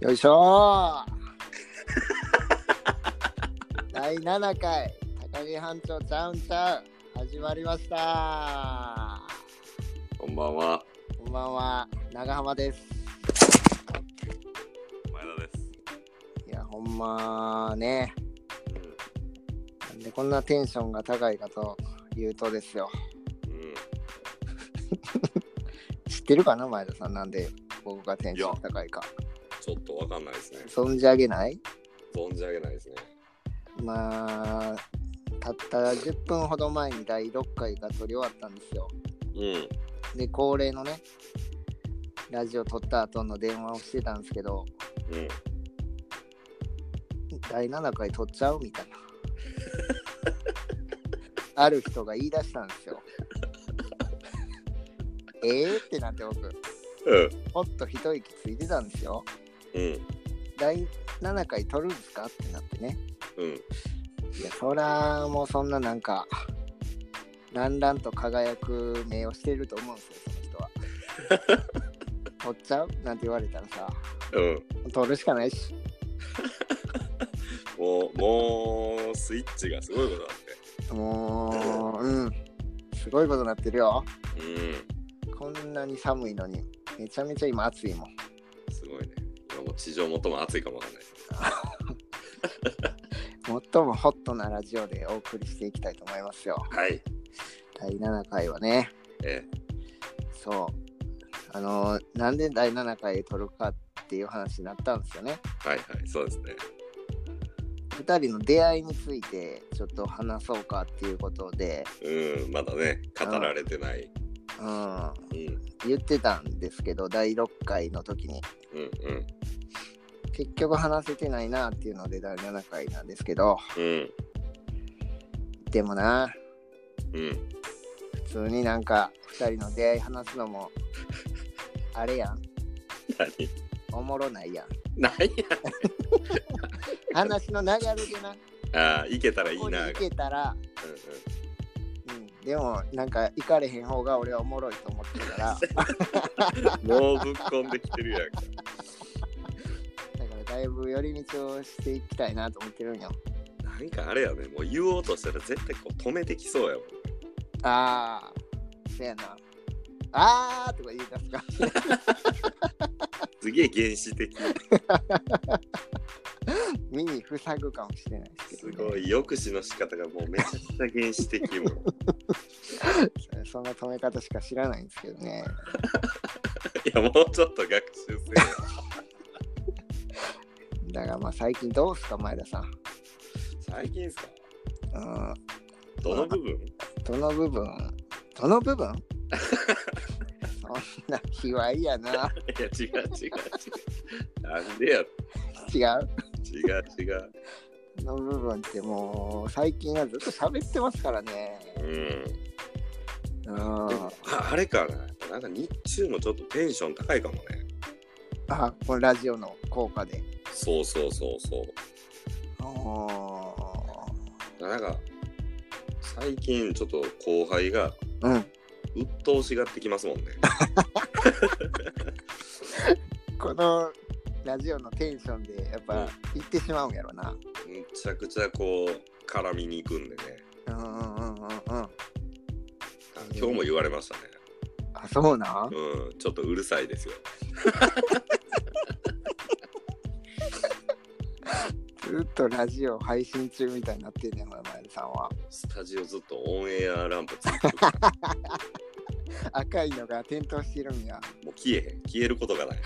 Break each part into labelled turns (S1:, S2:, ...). S1: よいしょ ー第7回高木班長ちゃうんちゃう始まりました
S2: こんばんは、
S1: こんばんは長浜です
S2: 前田です。
S1: いやほんまねなんでこんなテンションが高いかというとですよ
S2: うん、
S1: 知ってるかな前田さんなんで僕がテンション高いか
S2: ちょっとわかんないですね。
S1: 存じ上げない
S2: 存じ上げないですね。
S1: まあたった10分ほど前に第6回が撮り終わったんですよ
S2: うん、
S1: で恒例のねラジオ撮った後の電話をしてたんですけど
S2: うん、
S1: 第7回撮っちゃうみたいなある人が言い出したんですよええってなって僕もっと一息ついてたんですよ
S2: うん、
S1: 第7回撮るんですかってなってね
S2: うん、
S1: いやそらもうそんななんかランランと輝く目をしてると思うんですよその人は撮っちゃうなんて言われたらさ
S2: うん。
S1: 撮るしかないし
S2: もう、もう、スイッチがすごいことだ
S1: もう、うん。すごいことになってるよ。
S2: って。う
S1: こんなに寒いのに、めちゃめちゃ今暑いもん。
S2: ん、すごいね。今もう地上最も暑いかもわかんないですね。
S1: 最もホットなラジオでお送りしていきたいと思いますよ。
S2: はい。
S1: 第7回はね、
S2: え
S1: そう。あのーなんで第7回撮るかっていう話になったんですよね。
S2: え、はいはい、そうですね。
S1: 2人の出会いについてちょっと話そうかっていうことで、
S2: うん、まだね、語られてない。
S1: うん、
S2: うん、
S1: 言ってたんですけど、第6回の時に、
S2: うん、うん、
S1: 結局話せてないなっていうので第7回なんですけど、
S2: うん、
S1: でもな、
S2: うん。
S1: 普通になんか2人の出会い話すのもあれやん
S2: 何
S1: おもろないやん
S2: 何
S1: 話の流れでな
S2: やああ、行けたらいい
S1: ここに
S2: な。うん、う
S1: 行けたら、うん、でもなんか行かれへん方が俺はおもろいと思ってるから だか
S2: ん。もうぶっこんできてるやんか。
S1: らだいぶ寄り道をしていきたいなと思ってるんよ
S2: なんかあれやね、もう言おうとしたら絶対こう止めてきそうやもん。
S1: ああそやなあーとか言い出すか
S2: すげえ原始的。
S1: 耳塞ぐかもしれないです
S2: す
S1: けどね、
S2: ごい。抑止の仕方がもうめちゃくちゃ原始的 もん。
S1: そんな止め方しか知らないんですけどね
S2: いや、もうちょっと学習せよ。
S1: だからまあ最近どうすか前田さん、
S2: 最近ですか
S1: うん、
S2: どの部分
S1: どの部分どの部分そんな卑猥やな。
S2: いや、違う違う違う。なんでや、
S1: 違う。
S2: 違う違う。
S1: その部分ってもう最近はずっと喋ってますからね。
S2: うん。
S1: うん。
S2: ああれかな。なんか日中もちょっとテンション高いかもね。
S1: あ、このラジオの効果で。
S2: そうそうそうそう。なんか、最近ちょっと後輩が
S1: うん。
S2: 鬱陶しがってきますもんね。
S1: このラジオのテンションでやっ
S2: う
S1: ぱ
S2: ん
S1: 行ってしまうんやろな。
S2: むちゃくちゃこう、絡みに行くんでね。
S1: うんうんうんうんうん。
S2: あ今日も言われましたね。
S1: あ、そうなん
S2: うん、ちょっとうるさいですよ。
S1: ずっとラジオ配信中みたいになってんねん、ほら前田さんは。
S2: スタジオずっとオンエアランプついてるから、
S1: 赤いのが点灯してるんや。
S2: もう消えへん、消えることがない。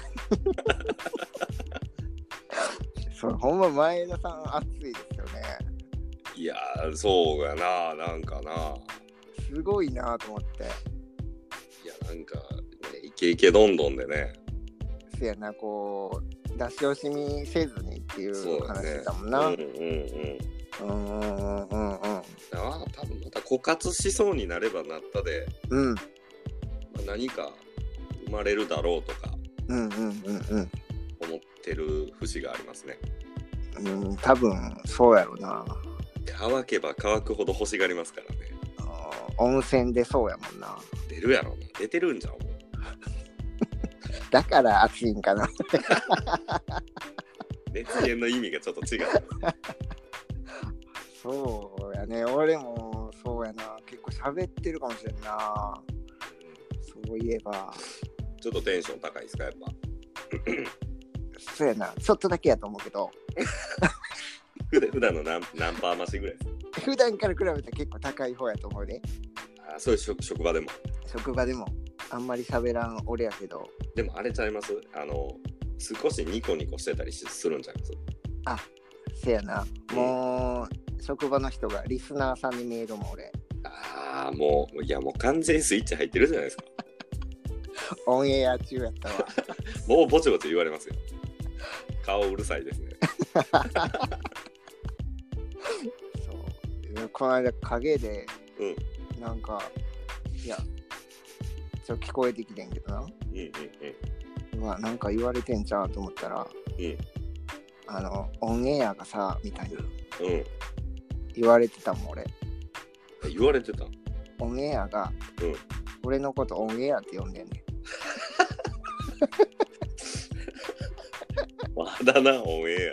S1: そう、ほんま前田さん熱いですよね。
S2: いやー、そうやな、なんかな。
S1: すごいなと思って
S2: いや、なんか、ね、イケイケどんどんでね。
S1: せやなこう出し惜しみせずにってい
S2: そううだね
S1: 話。だもん
S2: うん
S1: な
S2: うんうん。
S1: うんうんうんうん
S2: ああ、多分また枯渇しそうになればなったで、
S1: うん
S2: まあ、何か生まれるだろうとか
S1: うんうんうん
S2: 思ってる節がありますね。
S1: うんうん多分そうやろな
S2: 乾けば乾くほど欲しがりますからね。
S1: うん温泉出そうやもんな
S2: 出るやろな。出てるんじゃん、もう。
S1: だから暑いんかな
S2: 熱源の意味がちょっと違う。
S1: そうやね、俺もそうやな。結構喋ってるかもしれんな。そういえば、
S2: ちょっとテンション高いですか、やっぱ。
S1: そうやな。ちょっとだけやと思うけど、
S2: 普段普段の何何パー増しぐらいです
S1: 普段から比べたら結構高い方やと思うで、
S2: かあそういう職職場でも。
S1: 職場でもあんまり喋らん俺やけど、
S2: でもあれちゃいますあの、少しニコニコしてたりしするんちゃいます
S1: せやな。もう、職場の人がリスナーさんにメールも俺、
S2: ああ、もう、いやもう完全にスイッチ入ってるじゃないですか。
S1: オンエア中や ったわ。
S2: もうぼちぼち言われますよ。顔うるさいですね。
S1: そう。この間影で、
S2: うん。
S1: なんか、いや、ちょっと聞こえてきてんけどな。
S2: うんうん
S1: うわ、なんか言われてんちゃうと思ったら、
S2: うん
S1: あの、オンエアがさ、みたいな
S2: うん。
S1: 言われてたもん、俺。
S2: うん。言われてた。
S1: オンエアが、
S2: うん
S1: 俺のことオンエアって呼んでんね
S2: まだな、オンエア。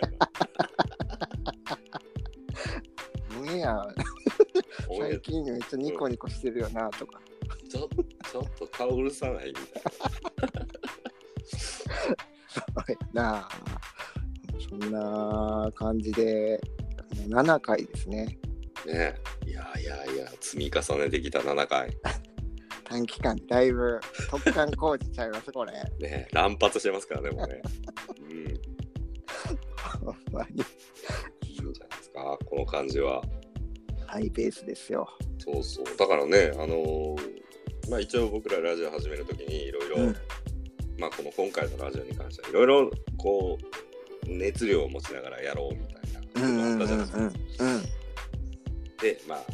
S1: ん。オンエア、
S2: オンエア
S1: 最近めっちゃニコニコしてるよな、とか。
S2: ちょちょっと顔うるさないみたい
S1: そうやなそんな感じで、7回ですね。
S2: な。ねえいやいやいや、積み重ねてきた7回。
S1: 短期間でだいぶ特貫工事ちゃいます、これ。
S2: ねえ乱発してますからね、もうね。うん。いいん
S1: ほんまに
S2: じゃないですか、この感じは。
S1: ハイペースですよ。
S2: そうそう。だからね、あのーまあ一応僕らラジオ始めるときにいろいろ、
S1: うん
S2: まあこの今回のラジオに関してはいろいろこう、熱量を持ちながらやろうみたいな。
S1: うんうんうん
S2: じ
S1: う
S2: ゃ
S1: ん
S2: ないですか
S1: うん
S2: で、まあ、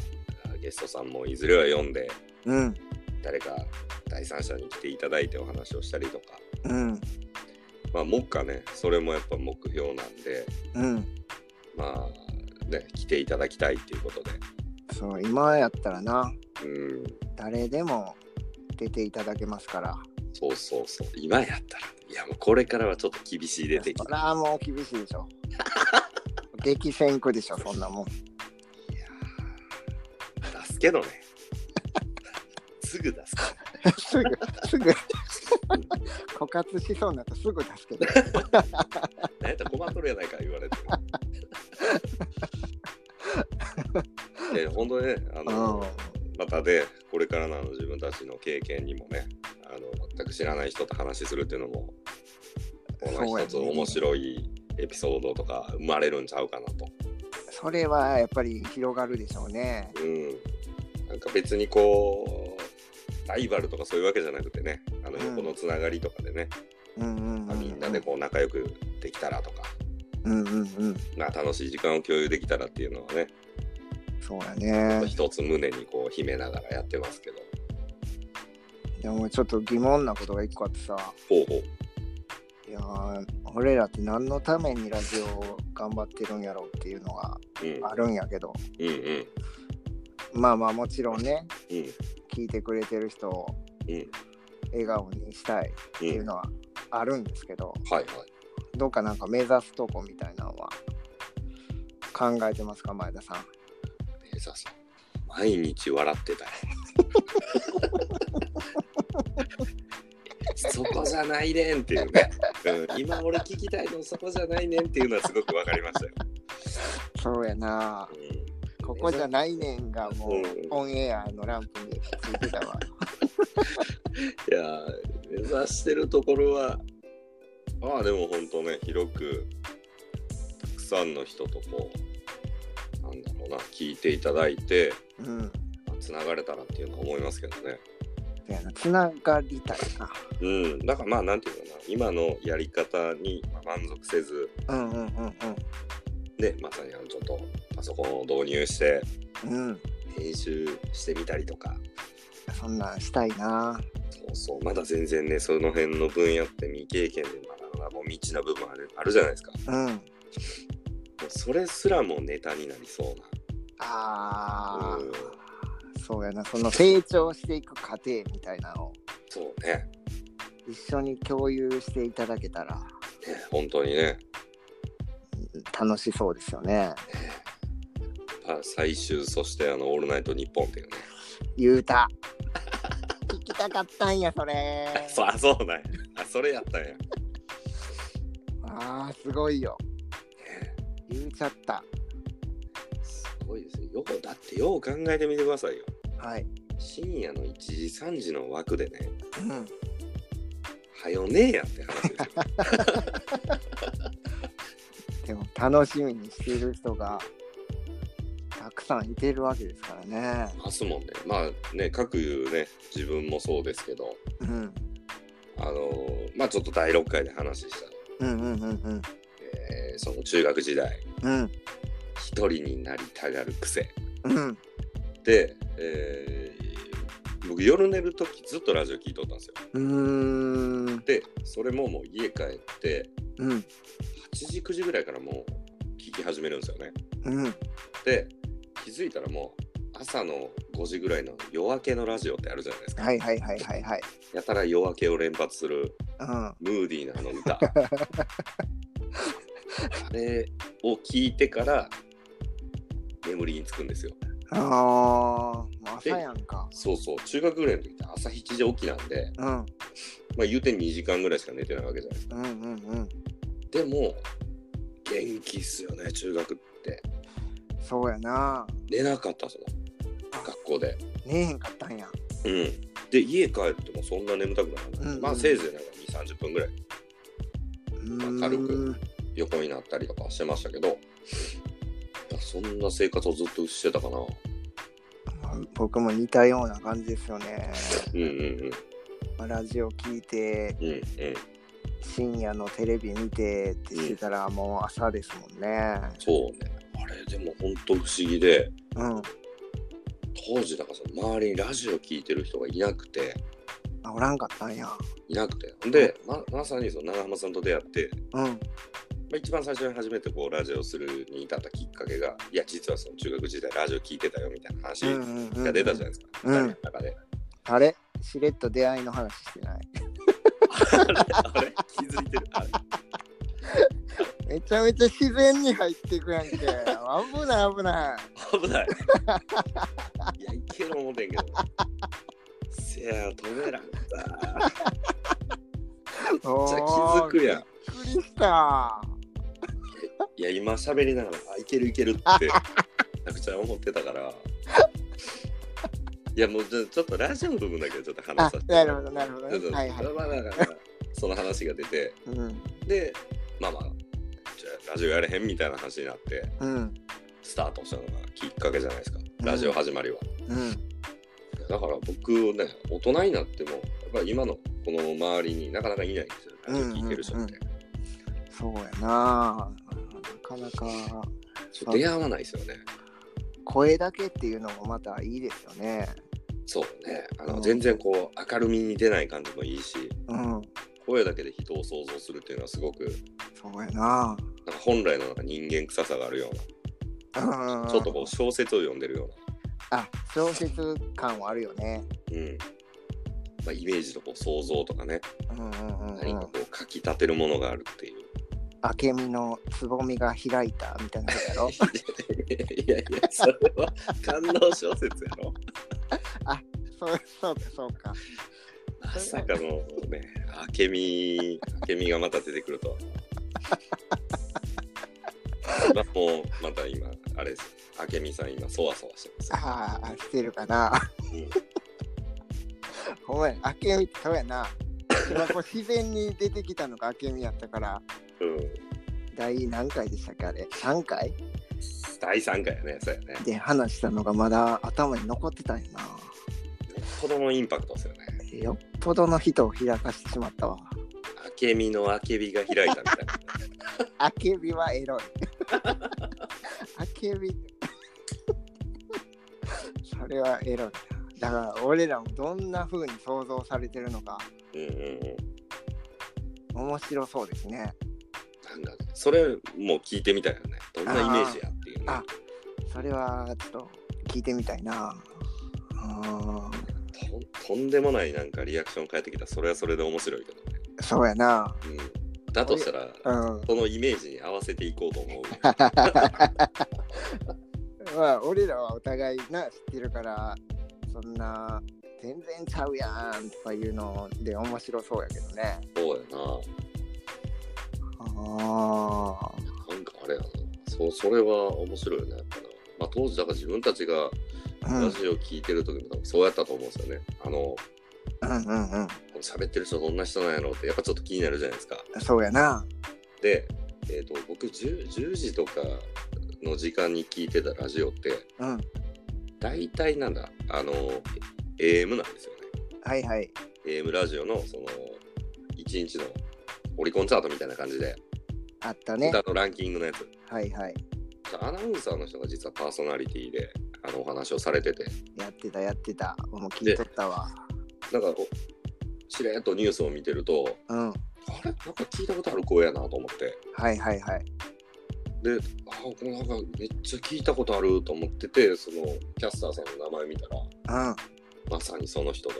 S2: ゲストさんもいずれは読んで、
S1: うん
S2: 誰か第三者に来ていただいてお話をしたりとか、
S1: うん
S2: まあ、目下ね、それもやっぱ目標なんで、
S1: うん
S2: まあ、ね、来ていただきたいっていうことで、
S1: そう今やったらな
S2: うん、
S1: 誰でも出ていただけますから
S2: そうそうそう、今やったら、いや、もうこれからはちょっと厳しい出てき
S1: そ
S2: て、
S1: らもう厳しいでしょ激戦区でしょそんなもん
S2: いやー出すけどね、 すぐ出すか
S1: すぐすぐ枯渇しそうになったらすぐ出すけど
S2: ら、なんやったら困っとるやないか言われて。え本当にね、あの、またでこれからのあの自分たちの経験にもねあの全く知らない人と話するっていうのもこ
S1: そうや
S2: の
S1: ね
S2: 一つ面白いエピソードとか生まれるんちゃうかなと、
S1: それはやっぱり広がるでしょうね
S2: うん、なんか別にこうライバルとかそういうわけじゃなくてねあの
S1: うん
S2: 横のつながりとかでね、
S1: うんうん
S2: まあみんなでこう仲良くできたらとか、
S1: うんうんうん
S2: まあ、楽しい時間を共有できたらっていうのはね
S1: そうだ
S2: まあ
S1: ね
S2: 一つ胸にこう秘めながらやってますけど
S1: でもちょっと疑問なことが一個あってさ
S2: ほうほう
S1: いやー俺らって何のためにラジオを頑張ってるんやろうっていうのが
S2: うん
S1: あるんやけど
S2: うんうん
S1: まあまあもちろんね
S2: うん
S1: 聞いてくれてる人を
S2: うん
S1: 笑顔にしたいっていううんのはあるんですけど
S2: はいはい
S1: どうかなんか目指すとこみたいなのは考えてますか前田さん
S2: 目指す毎日笑ってたよ そこじゃないねんっていうね、うん、今俺聞きたいのそこじゃないねんっていうのはすごくわかりましたよ、
S1: そうやなここじゃないねんがもう
S2: うん
S1: オンエアのランプについてた わ
S2: いやー目指してるところはああでも本当ね広くたくさんの人とこうなんだろうな聞いていただいて
S1: うん
S2: つながれたらっていうのは思いますけどね
S1: そうやなつながりたいな
S2: うん、だからまあなんていうのかな今のやり方にまあ満足せず
S1: うんうん
S2: でまさにあのちょっとパソコンを導入して
S1: うんうんうん
S2: 編集してみたりとか
S1: そんなんしたいな
S2: そうそうまだ全然ねその辺の分野って未経験でまだもう未知な部分あるあるじゃないですかも
S1: うん
S2: うそれすらもネタになりそうな
S1: あ
S2: うん
S1: あ、そうやな、その成長していく過程みたいなのを
S2: そうね
S1: 一緒に共有していただけたら、
S2: ね本当にね
S1: 楽しそうですよね。
S2: まあ最終、そしてあの、オールナイト日本っていうね。
S1: 言う た。聞きたかったんや、 それ。
S2: あ そう、あ、そうなんや。あ、それやったんや。
S1: ああ、すごいよ。言うちゃった。
S2: すごいですね。よく、だってよう考えてみてくださいよ。
S1: はい。
S2: 深夜の1時、3時の枠でね、
S1: うん。
S2: はよねえやって話ですよ。
S1: でも、楽しみにしている人が、たくさんいてるわけですからね。
S2: ますもんね。 まあね、各ね、自分もそうですけど、
S1: うん。
S2: あのーまあちょっと第6回で話した、
S1: うんうんうんうん。
S2: えーその中学時代、
S1: うん。
S2: 一人になりたがる癖。
S1: うん。
S2: で、えー僕夜寝る時ずっとラジオ聞いとったんですよ
S1: うーん。
S2: でそれももう家帰って
S1: うん。
S2: 8時9時ぐらいからもう聞き始めるんですよね
S1: うん。
S2: で気づいたらもう朝の5時ぐらいの夜明けのラジオってあるじゃないですか、
S1: はいはいはいはいはい。
S2: やたら夜明けを連発する
S1: うん。
S2: ムーディーなあの歌 あれを聞いてから眠りにつくんですよ
S1: ああ、もう朝やんか。
S2: そうそう中学ぐらいの時って朝7時起きなんで
S1: うん。
S2: まあ言うて2時間ぐらいしか寝てないわけじゃないですか
S1: うんうんうん。
S2: でも元気っすよね中学って
S1: そうやな。
S2: 寝なかったっすもん学校で
S1: 寝えへんかったんや。
S2: うんで家帰ってもそんな眠たくならない、
S1: うんうん
S2: まあせいぜいなんか2 3 0分ぐらいう
S1: ーん
S2: 軽く。横になったりとかしてましたけどいやそんな生活をずっとしてたかな
S1: まあ僕も似たような感じですよね。
S2: うんうんうん
S1: まあラジオ聞いて、
S2: うんうん
S1: 深夜のテレビ見てってしてたら、もう朝ですもんね。
S2: そうねあれでもほんと不思議で
S1: うん。
S2: 当時だからその周りにラジオ聞いてる人がいなくて
S1: あおらんかったんや。
S2: いなくてでままさにその長浜さんと出会って
S1: うん。
S2: まあ、一番最初に初めてこうラジオするに至ったきっかけが、いや、実はその中学時代ラジオ聞いてたよみたいな話
S1: うんうんうん
S2: が出たじゃないですか、
S1: うん
S2: 二人の中で。
S1: あれしれっと出会いの話してない。
S2: あれ気づいてるあれ
S1: めちゃめちゃ自然に入っていくやん け。危ない危ない。
S2: 危 ない。いや、いける思てんけど。せや、止めらんだ。
S1: お
S2: じゃあ気
S1: ー
S2: づくやん。
S1: びっくりした。
S2: いや、今喋りながら、あ、いけるいけるって、めちゃくちゃ思ってたから。いや、もうちょちょっとラジオの部分だけどちょっと話
S1: あ
S2: させ、て。
S1: なるほど、なるほど、
S2: ちょ
S1: ね。
S2: っと
S1: はいはい。
S2: まあまあまあその話が出て。
S1: うん。
S2: でまあまあじゃあラジオやれへんみたいな話になって
S1: うん。
S2: スタートしたのがきっかけじゃないですかラジオ始まりは、
S1: うん。
S2: だから僕ね大人になってもやっぱり今のこの周りになかなかいないんですよラジオ聞いてる人って、
S1: うんそうやな。なかなか
S2: ちょっと出会わないですよね
S1: 声だけっていうのもまたいいですよね。
S2: そうねあの、
S1: うん
S2: 全然こう明るみに出ない感じもいいし
S1: うん。
S2: 声だけで人を想像するっていうのはすごく
S1: そうやな。
S2: なんか本来のなんか人間臭さがあるよう
S1: うん
S2: なちょっとこう小説を読んでるよ
S1: あ小説感はあるよね。
S2: うな、うんまあ、イメージとこう想像とかね
S1: うんうんうん、う
S2: 何か
S1: ん
S2: こ。うかき立てるものがあるっていう。
S1: 明美のつぼみが開いたみたいなことや ろ
S2: いやいや、それは感動小説やろ。
S1: そうそうかそうか。
S2: まさかのね、明美、明美がまた出てくるとは。まあもうまた今、あれです。明美さん今、そわそわしてます。
S1: ああ、してるかな。
S2: うん
S1: ほんまや、明美そうやな。今こう自然に出てきたのが明美やったから、
S2: うん、
S1: 第何回でしたっけあれ ?3 回
S2: 第3回やね、そうやね。
S1: で話したのがまだ頭に残ってたんやな。
S2: 子供インパクトですよね。
S1: よっぽどの人を開かしてしまったわ。
S2: 明美の明美が開いたみたいな。
S1: あけびはエロい。 あけび。 それはエロいな。だから俺らもどんな風に想像されてるのか
S2: うんうんうん。
S1: 面白そうですね。
S2: なんかね、それもう聞いてみたいよね。どんなイメージやっていうね。
S1: あそれはちょっと聞いてみたいな。うん
S2: とんとんでもないなんかリアクション返ってきたらそれはそれで面白いけどね、
S1: そうやな。
S2: うん、だとしたら、
S1: うん。
S2: そのイメージに合わせていこうと思う。
S1: まあ、俺らはお互いな、知ってるから、そんな、全然ちゃうやんとかいうので面白そうやけどね。
S2: そうや
S1: あ
S2: な。
S1: あ。
S2: なんかあれやな。そう、それは面白いよね。やっぱなまあ、当時、だから自分たちが
S1: うん
S2: ラジオ聞いてる時も多分そうやったと思うんですよね。あの、
S1: うんうんうん。
S2: 喋ってる人どんな人なんやろうって、やっぱちょっと気になるじゃないですか。
S1: そうやな。
S2: で、えっ、と、僕10、10時とかの時間に聞いてたラジオって、
S1: うん。
S2: 大体なんだ、あの、AM なんですよね。
S1: はいはい。
S2: AM ラジオの、その、1日のオリコンチャートみたいな感じで、
S1: あったね。
S2: 歌のランキングのやつ。
S1: はいはい。
S2: アナウンサーの人が実はパーソナリティであのお話をされてて
S1: やってたやってた。もう聞いとったわ。
S2: なんかこうしれっとニュースを見てると
S1: うん。
S2: あれなんか聞いたことある声やなと思って
S1: はいはいはい。
S2: であこのなんかめっちゃ聞いたことあると思っててそのキャスターさんの名前見たらまさにその人で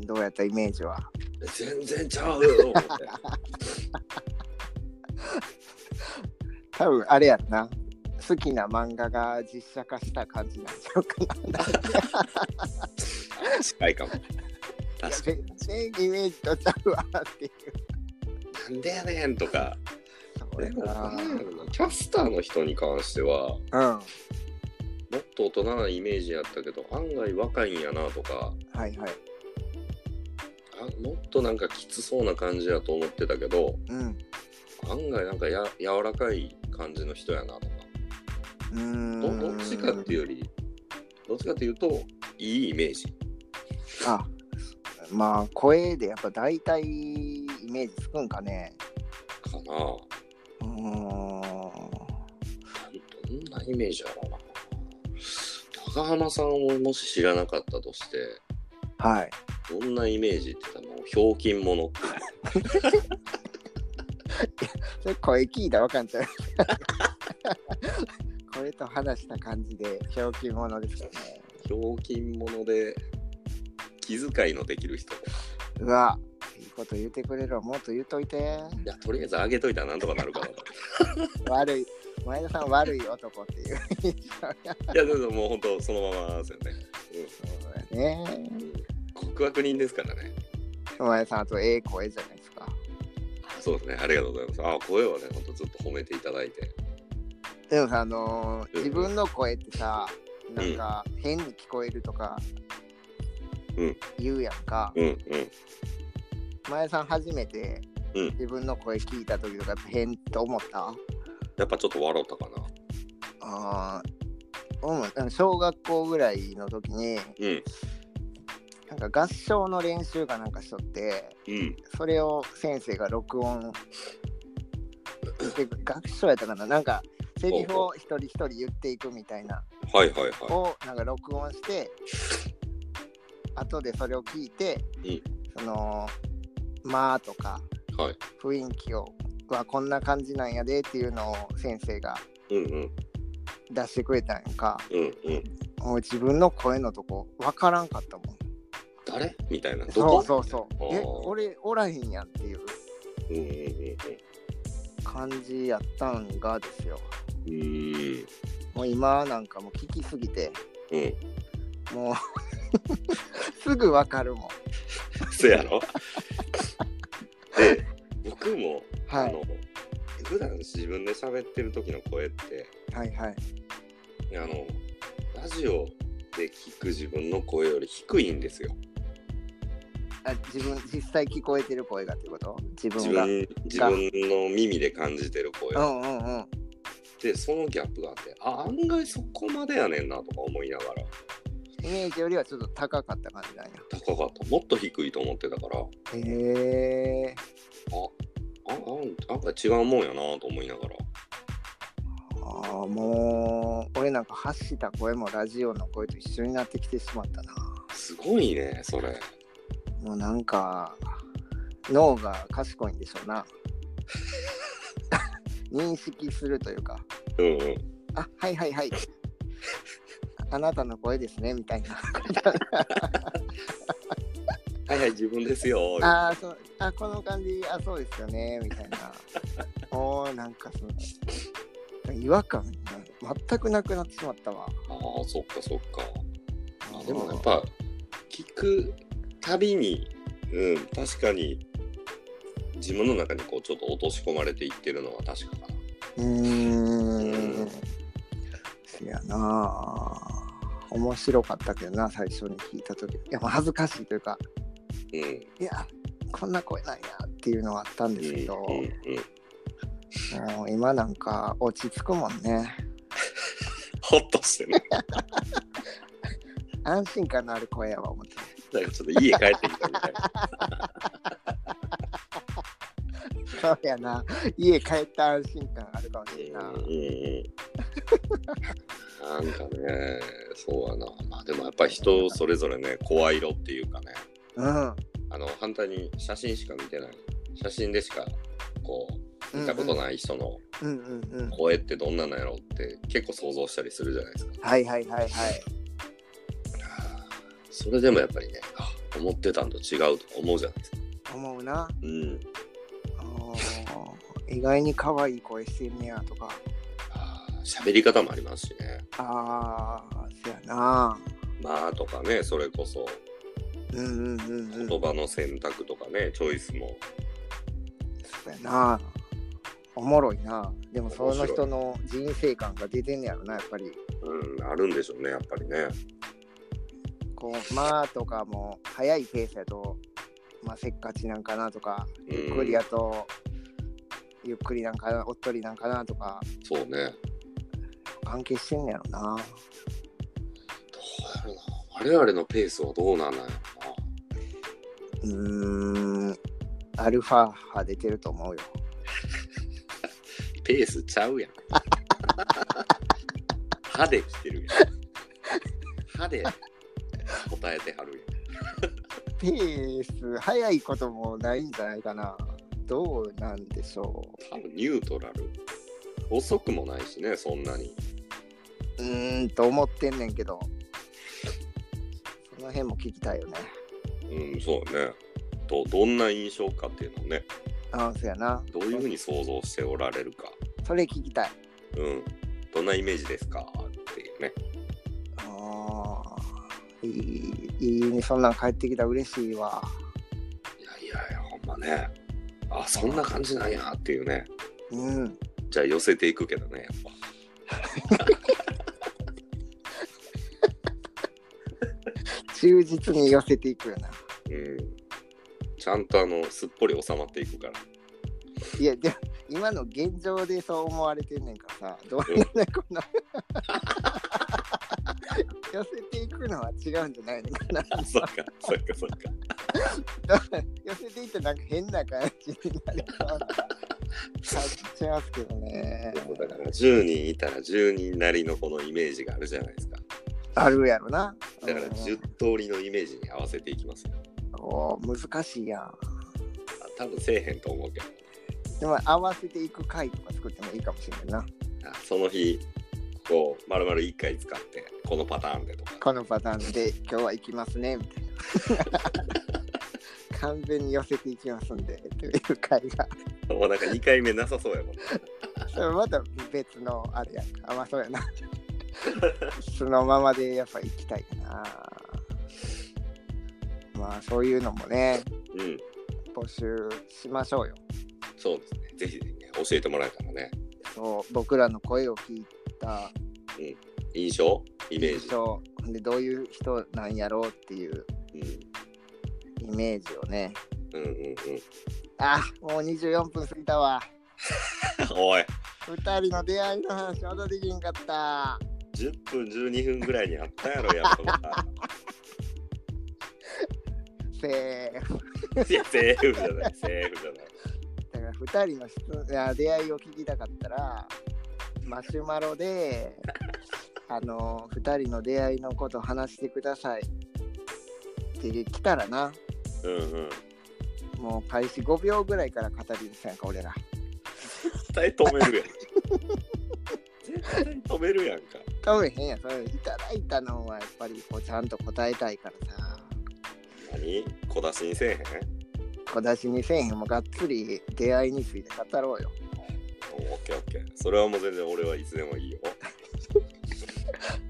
S1: うん。どうやったイメージは。
S2: え全然ちゃうよと思 って
S1: 多分あれやんな。好きな漫画が実写化した感じなんちゃうかな。
S2: 近いかも確か
S1: 全然イメージとちゃうわっていう。
S2: になんでやねんとか
S1: そう
S2: で
S1: や
S2: も
S1: な。
S2: なんやろなキャスターの人に関しては
S1: うん。
S2: もっと大人なイメージやったけど案外若いんやなとか
S1: はいはい。
S2: あもっとなんかきつそうな感じやと思ってたけど
S1: うん。
S2: 案外なんかや柔らかい感じの人やなとか
S1: うーん
S2: どどっちかっていうよりどっちかっていうといいイメージ
S1: あまあ声でやっぱ大体イメージつくんかね
S2: かなど
S1: うーん
S2: んなイメージやろうな高浜さんをもし知らなかったとして
S1: はい
S2: どんなイメージって言ったらもうひょうきん者って
S1: それ声聞いたらわかんちゃう声と話した感じでひょうきん者ですよね
S2: ひょうきん者で気遣いのできる人
S1: うわいいこと言うてくれるわもっと言うといて
S2: いやとりあえずあげといたらなんとかなるから
S1: 悪い前田さん悪い男っていう
S2: いやでももうほんとそのままですよね、うん
S1: そうだね
S2: 告白人ですからね。
S1: 前田さんあとええ声じゃないですか
S2: そうですね。ありがとうございます。あ声はね、ほんとずっと褒めていただいて。
S1: でもさあのー
S2: うん
S1: 自分の声ってさなんか変に聞こえるとか
S2: うん
S1: 言うやんか、
S2: うんうん。
S1: 前さん初めて
S2: うん
S1: 自分の声聞いた時とか変って思った、
S2: やっぱちょっと笑ったかな。
S1: あーうんなんか小学校ぐらいの時に
S2: うん。
S1: なんか合唱の練習かなんかしとって
S2: うん。
S1: それを先生が録音して合唱やったかななんかセリフを一人一人言っていくみたいな
S2: はいはいは
S1: をなんか録音して後でそれを聞いて、その「まあ」とか
S2: い。はい。
S1: 雰囲気をはこんな感じなんやでっていうのを先生が
S2: うんうん。
S1: 出してくれたんやんか
S2: うんうん。
S1: もう自分の声のとこ分からんかったもん
S2: 誰みたいな。ど
S1: そ
S2: こ
S1: うそうそう
S2: あー
S1: え俺おらへんやんっていう
S2: うんうんうん
S1: 感じやったんがですよ
S2: うん。うーん。
S1: もう今なんかもう聞きすぎて
S2: うん。
S1: もう すぐ分かるもん
S2: そうやろ で、僕も、
S1: はい
S2: あの、普段自分で喋ってる時の声って、
S1: はいはい
S2: あの、ラジオで聞く自分の声より低いんですよ。
S1: あ自分実際聞こえてる声がってこと自
S2: 自
S1: 分が
S2: 分自分の耳で感じてる声
S1: う
S2: っ
S1: んうんうん
S2: てそのギャップがあってあ案外そこまでやねんなとか思いながら
S1: イメージよりはちょっと高かった感じなんや
S2: 高かったもっと低いと思ってたからあ
S1: へえ
S2: ああなんか違うもんやなと思いながら
S1: ああもう俺なんか発した声もラジオの声と一緒になってきてしまったな
S2: すごいねそれ
S1: もうなんか脳が賢いんでしょうな 認識するというか
S2: うんうん
S1: あはいはいはいあなたの声ですねみたいな
S2: ははいはい、自分ですよ。
S1: あ あ、そう、あ、この感じ、あ、そうですよね、みたい な。おー、なんかその、違和感が全くなくなってしまったわ。
S2: ああ、そっかそっか。あでもやっぱ、聞くたびに、うん、確かに、自分の中にこう、ちょっと落とし込まれていってるのは確かかな。
S1: うー
S2: うん
S1: ん。せやなあ面白かったけどな、最初に聞いたとき。いや、もう恥ずかしいというか、
S2: うん。
S1: いや、こんな声なんやっていうのはあったんで
S2: うん、
S1: すけど、
S2: うん、うん。
S1: もう今なんか落ち着くもんね。
S2: ほっとして ね。
S1: 安心感のある声やわ、思って。
S2: なんかちょっと家帰ってきたみたいな。
S1: そうやな。家帰った安心感あるかもしれんな
S2: うんうんうん。なんかね、そうやな。まあでもやっぱ人それぞれね、声色っていうかね、
S1: い。
S2: あの、反対に写真しか見てない。写真でしか、こう、
S1: うん。
S2: 見たことない人の
S1: うんうんうん。
S2: 声ってどんなのやろうって結構想像したりするじゃないですか。
S1: はいはいはいはい。
S2: それでもやっぱりね、あ思ってたんと違うと思うじゃないですか。
S1: 思うな。
S2: うん。
S1: あのー意外に可愛い声してんねやとか。
S2: あー喋り方もありますしね。
S1: ああ、そやな。
S2: まあとかね、それこそ
S1: うんうんうんうん。
S2: 言葉の選択とかね、チョイスも。
S1: そやな。おもろいな。でもそ
S2: 面白
S1: の
S2: い
S1: 人の人生観が出てんねやろな、やっぱり。
S2: うん、あるんでしょうね、やっぱりね。
S1: こう、まあとかも早いペースやと、まあせっかちなんかなとか、
S2: うん
S1: ゆっくりやと、ゆっくりなんかな、おっとりなんかなとか、
S2: そうね。
S1: 関係してんねやろな。
S2: どうやろな。我々のペースはどうなんなんやろな。
S1: うーん、アルファ波出てると思うよ。
S2: ペースちゃうやん。 歯で来てるやん。歯で答えてはるやん。
S1: ペース、速いこともないんじゃないかな。どうなんでしょ
S2: 多分ニュートラル。遅くもないしね、そんなに。
S1: う。うーんと思ってんねんけど、その辺も聞きたいよね。
S2: うん、そうね。どどんな印象かっていうのをね、
S1: ああ、そやな。
S2: どういうふうに想像しておられるか、
S1: それ聞きたい。
S2: うん、どんなイメージですかっていうね。
S1: ああ、いい、いいね。そんなん帰ってきたら嬉しいわ。
S2: いやいやいや、ほんまね。あ、そんな感じなんやっていうね。
S1: うん。
S2: じゃあ寄せていくけどね、やっぱ。
S1: 忠実に寄せていくよな。
S2: うん。ちゃんとあの、すっぽり収まっていくから。
S1: いや、でも今の現状でそう思われてんねんからさ、どうなんねんこんな。 寄せていくのは違うんじゃないのか な。
S2: あそっか、そっか、そっか。
S1: 寄せていってなんか変な感じになりそうな感じしますけどね。
S2: だから10人いたら10人なりのこのイメージがあるじゃないですか。
S1: あるやろな。
S2: だから
S1: うん
S2: 10通りのイメージに合わせていきますよ。
S1: おー難しいやん。
S2: あ多分せえへんと思うけど。
S1: でも合わせていく回とか作ってもいいかもしれないな。
S2: あその日、こう、丸々1回使って、このパターンでとか。
S1: このパターンで今日は行きますね、みたいな。完全に寄せていきますんで、という回が。
S2: もうなんか2回目なさそうやもん。
S1: それまた別のあれやんか。あ、まあそうやな。そのままでやっぱ行きたいかな。まあそういうのもね、
S2: うん、
S1: 募集しましょうよ。
S2: そうですね。ぜひぜひね、教えてもらえたらね。
S1: そう僕らの声を聞いた
S2: 印象イメージ。
S1: 人でどういう人なんやろうっていう
S2: う
S1: イメージをね。
S2: ん、うん、うんうん。
S1: あ、もう24分過ぎたわ。
S2: おい、
S1: 2人の出会いの話まだできんかった。
S2: 10分、12分ぐらいにあったやろ、やっとまた。
S1: せーフ。
S2: いや、セーフじゃない、セーフじゃない。
S1: だから2人の質いや出会いを聞きたかったらマシュマロであの2人の出会いのこと話してくださいって来たらな
S2: うんうん。
S1: もう開始5秒ぐらいから語り出すやんか俺ら
S2: 絶対止めるやん。絶対止めるやんか。
S1: 多分へんやんそれいただいたのはやっぱりこうちゃんと答えたいからさ
S2: 何何小出しにせえへん
S1: 小出しにせえへんもうがっつり出会いについて語ろうよ
S2: オッケーオッケー。それはもう全然俺はいつでもいいよ。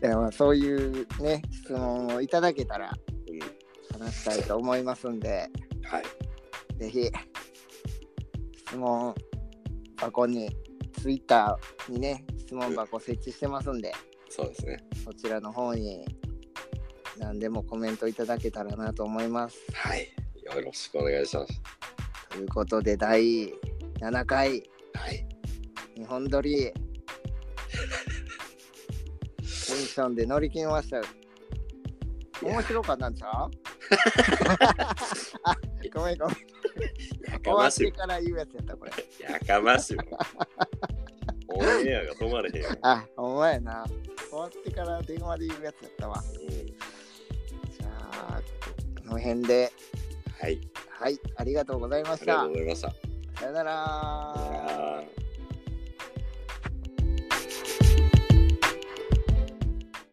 S1: いやまあそういうね質問をいただけたら
S2: うん。
S1: 話したいと思いますんで
S2: はい。
S1: ぜひ質問箱にツイッターにね質問箱設置してますんで
S2: そうですね。
S1: そちらの方に何でもコメントいただけたらなと思います
S2: はい。よろしくお願いします。
S1: ということで第7回
S2: はい。
S1: 日本撮りテンションで乗り切りましたよ面白かったんちゃうあごめんごめん
S2: や
S1: 終
S2: か
S1: わ
S2: ま
S1: っ
S2: し
S1: て。
S2: い
S1: から言うやつやったこれ
S2: やかましいわ。オンエアが止まれへんよ。
S1: あお前な終わってから電話で言うやつやったわ
S2: うん
S1: じゃあこの辺で
S2: はい。
S1: はいありがとうございま
S2: あ
S1: し
S2: りが
S1: た
S2: とうございました。
S1: さよなら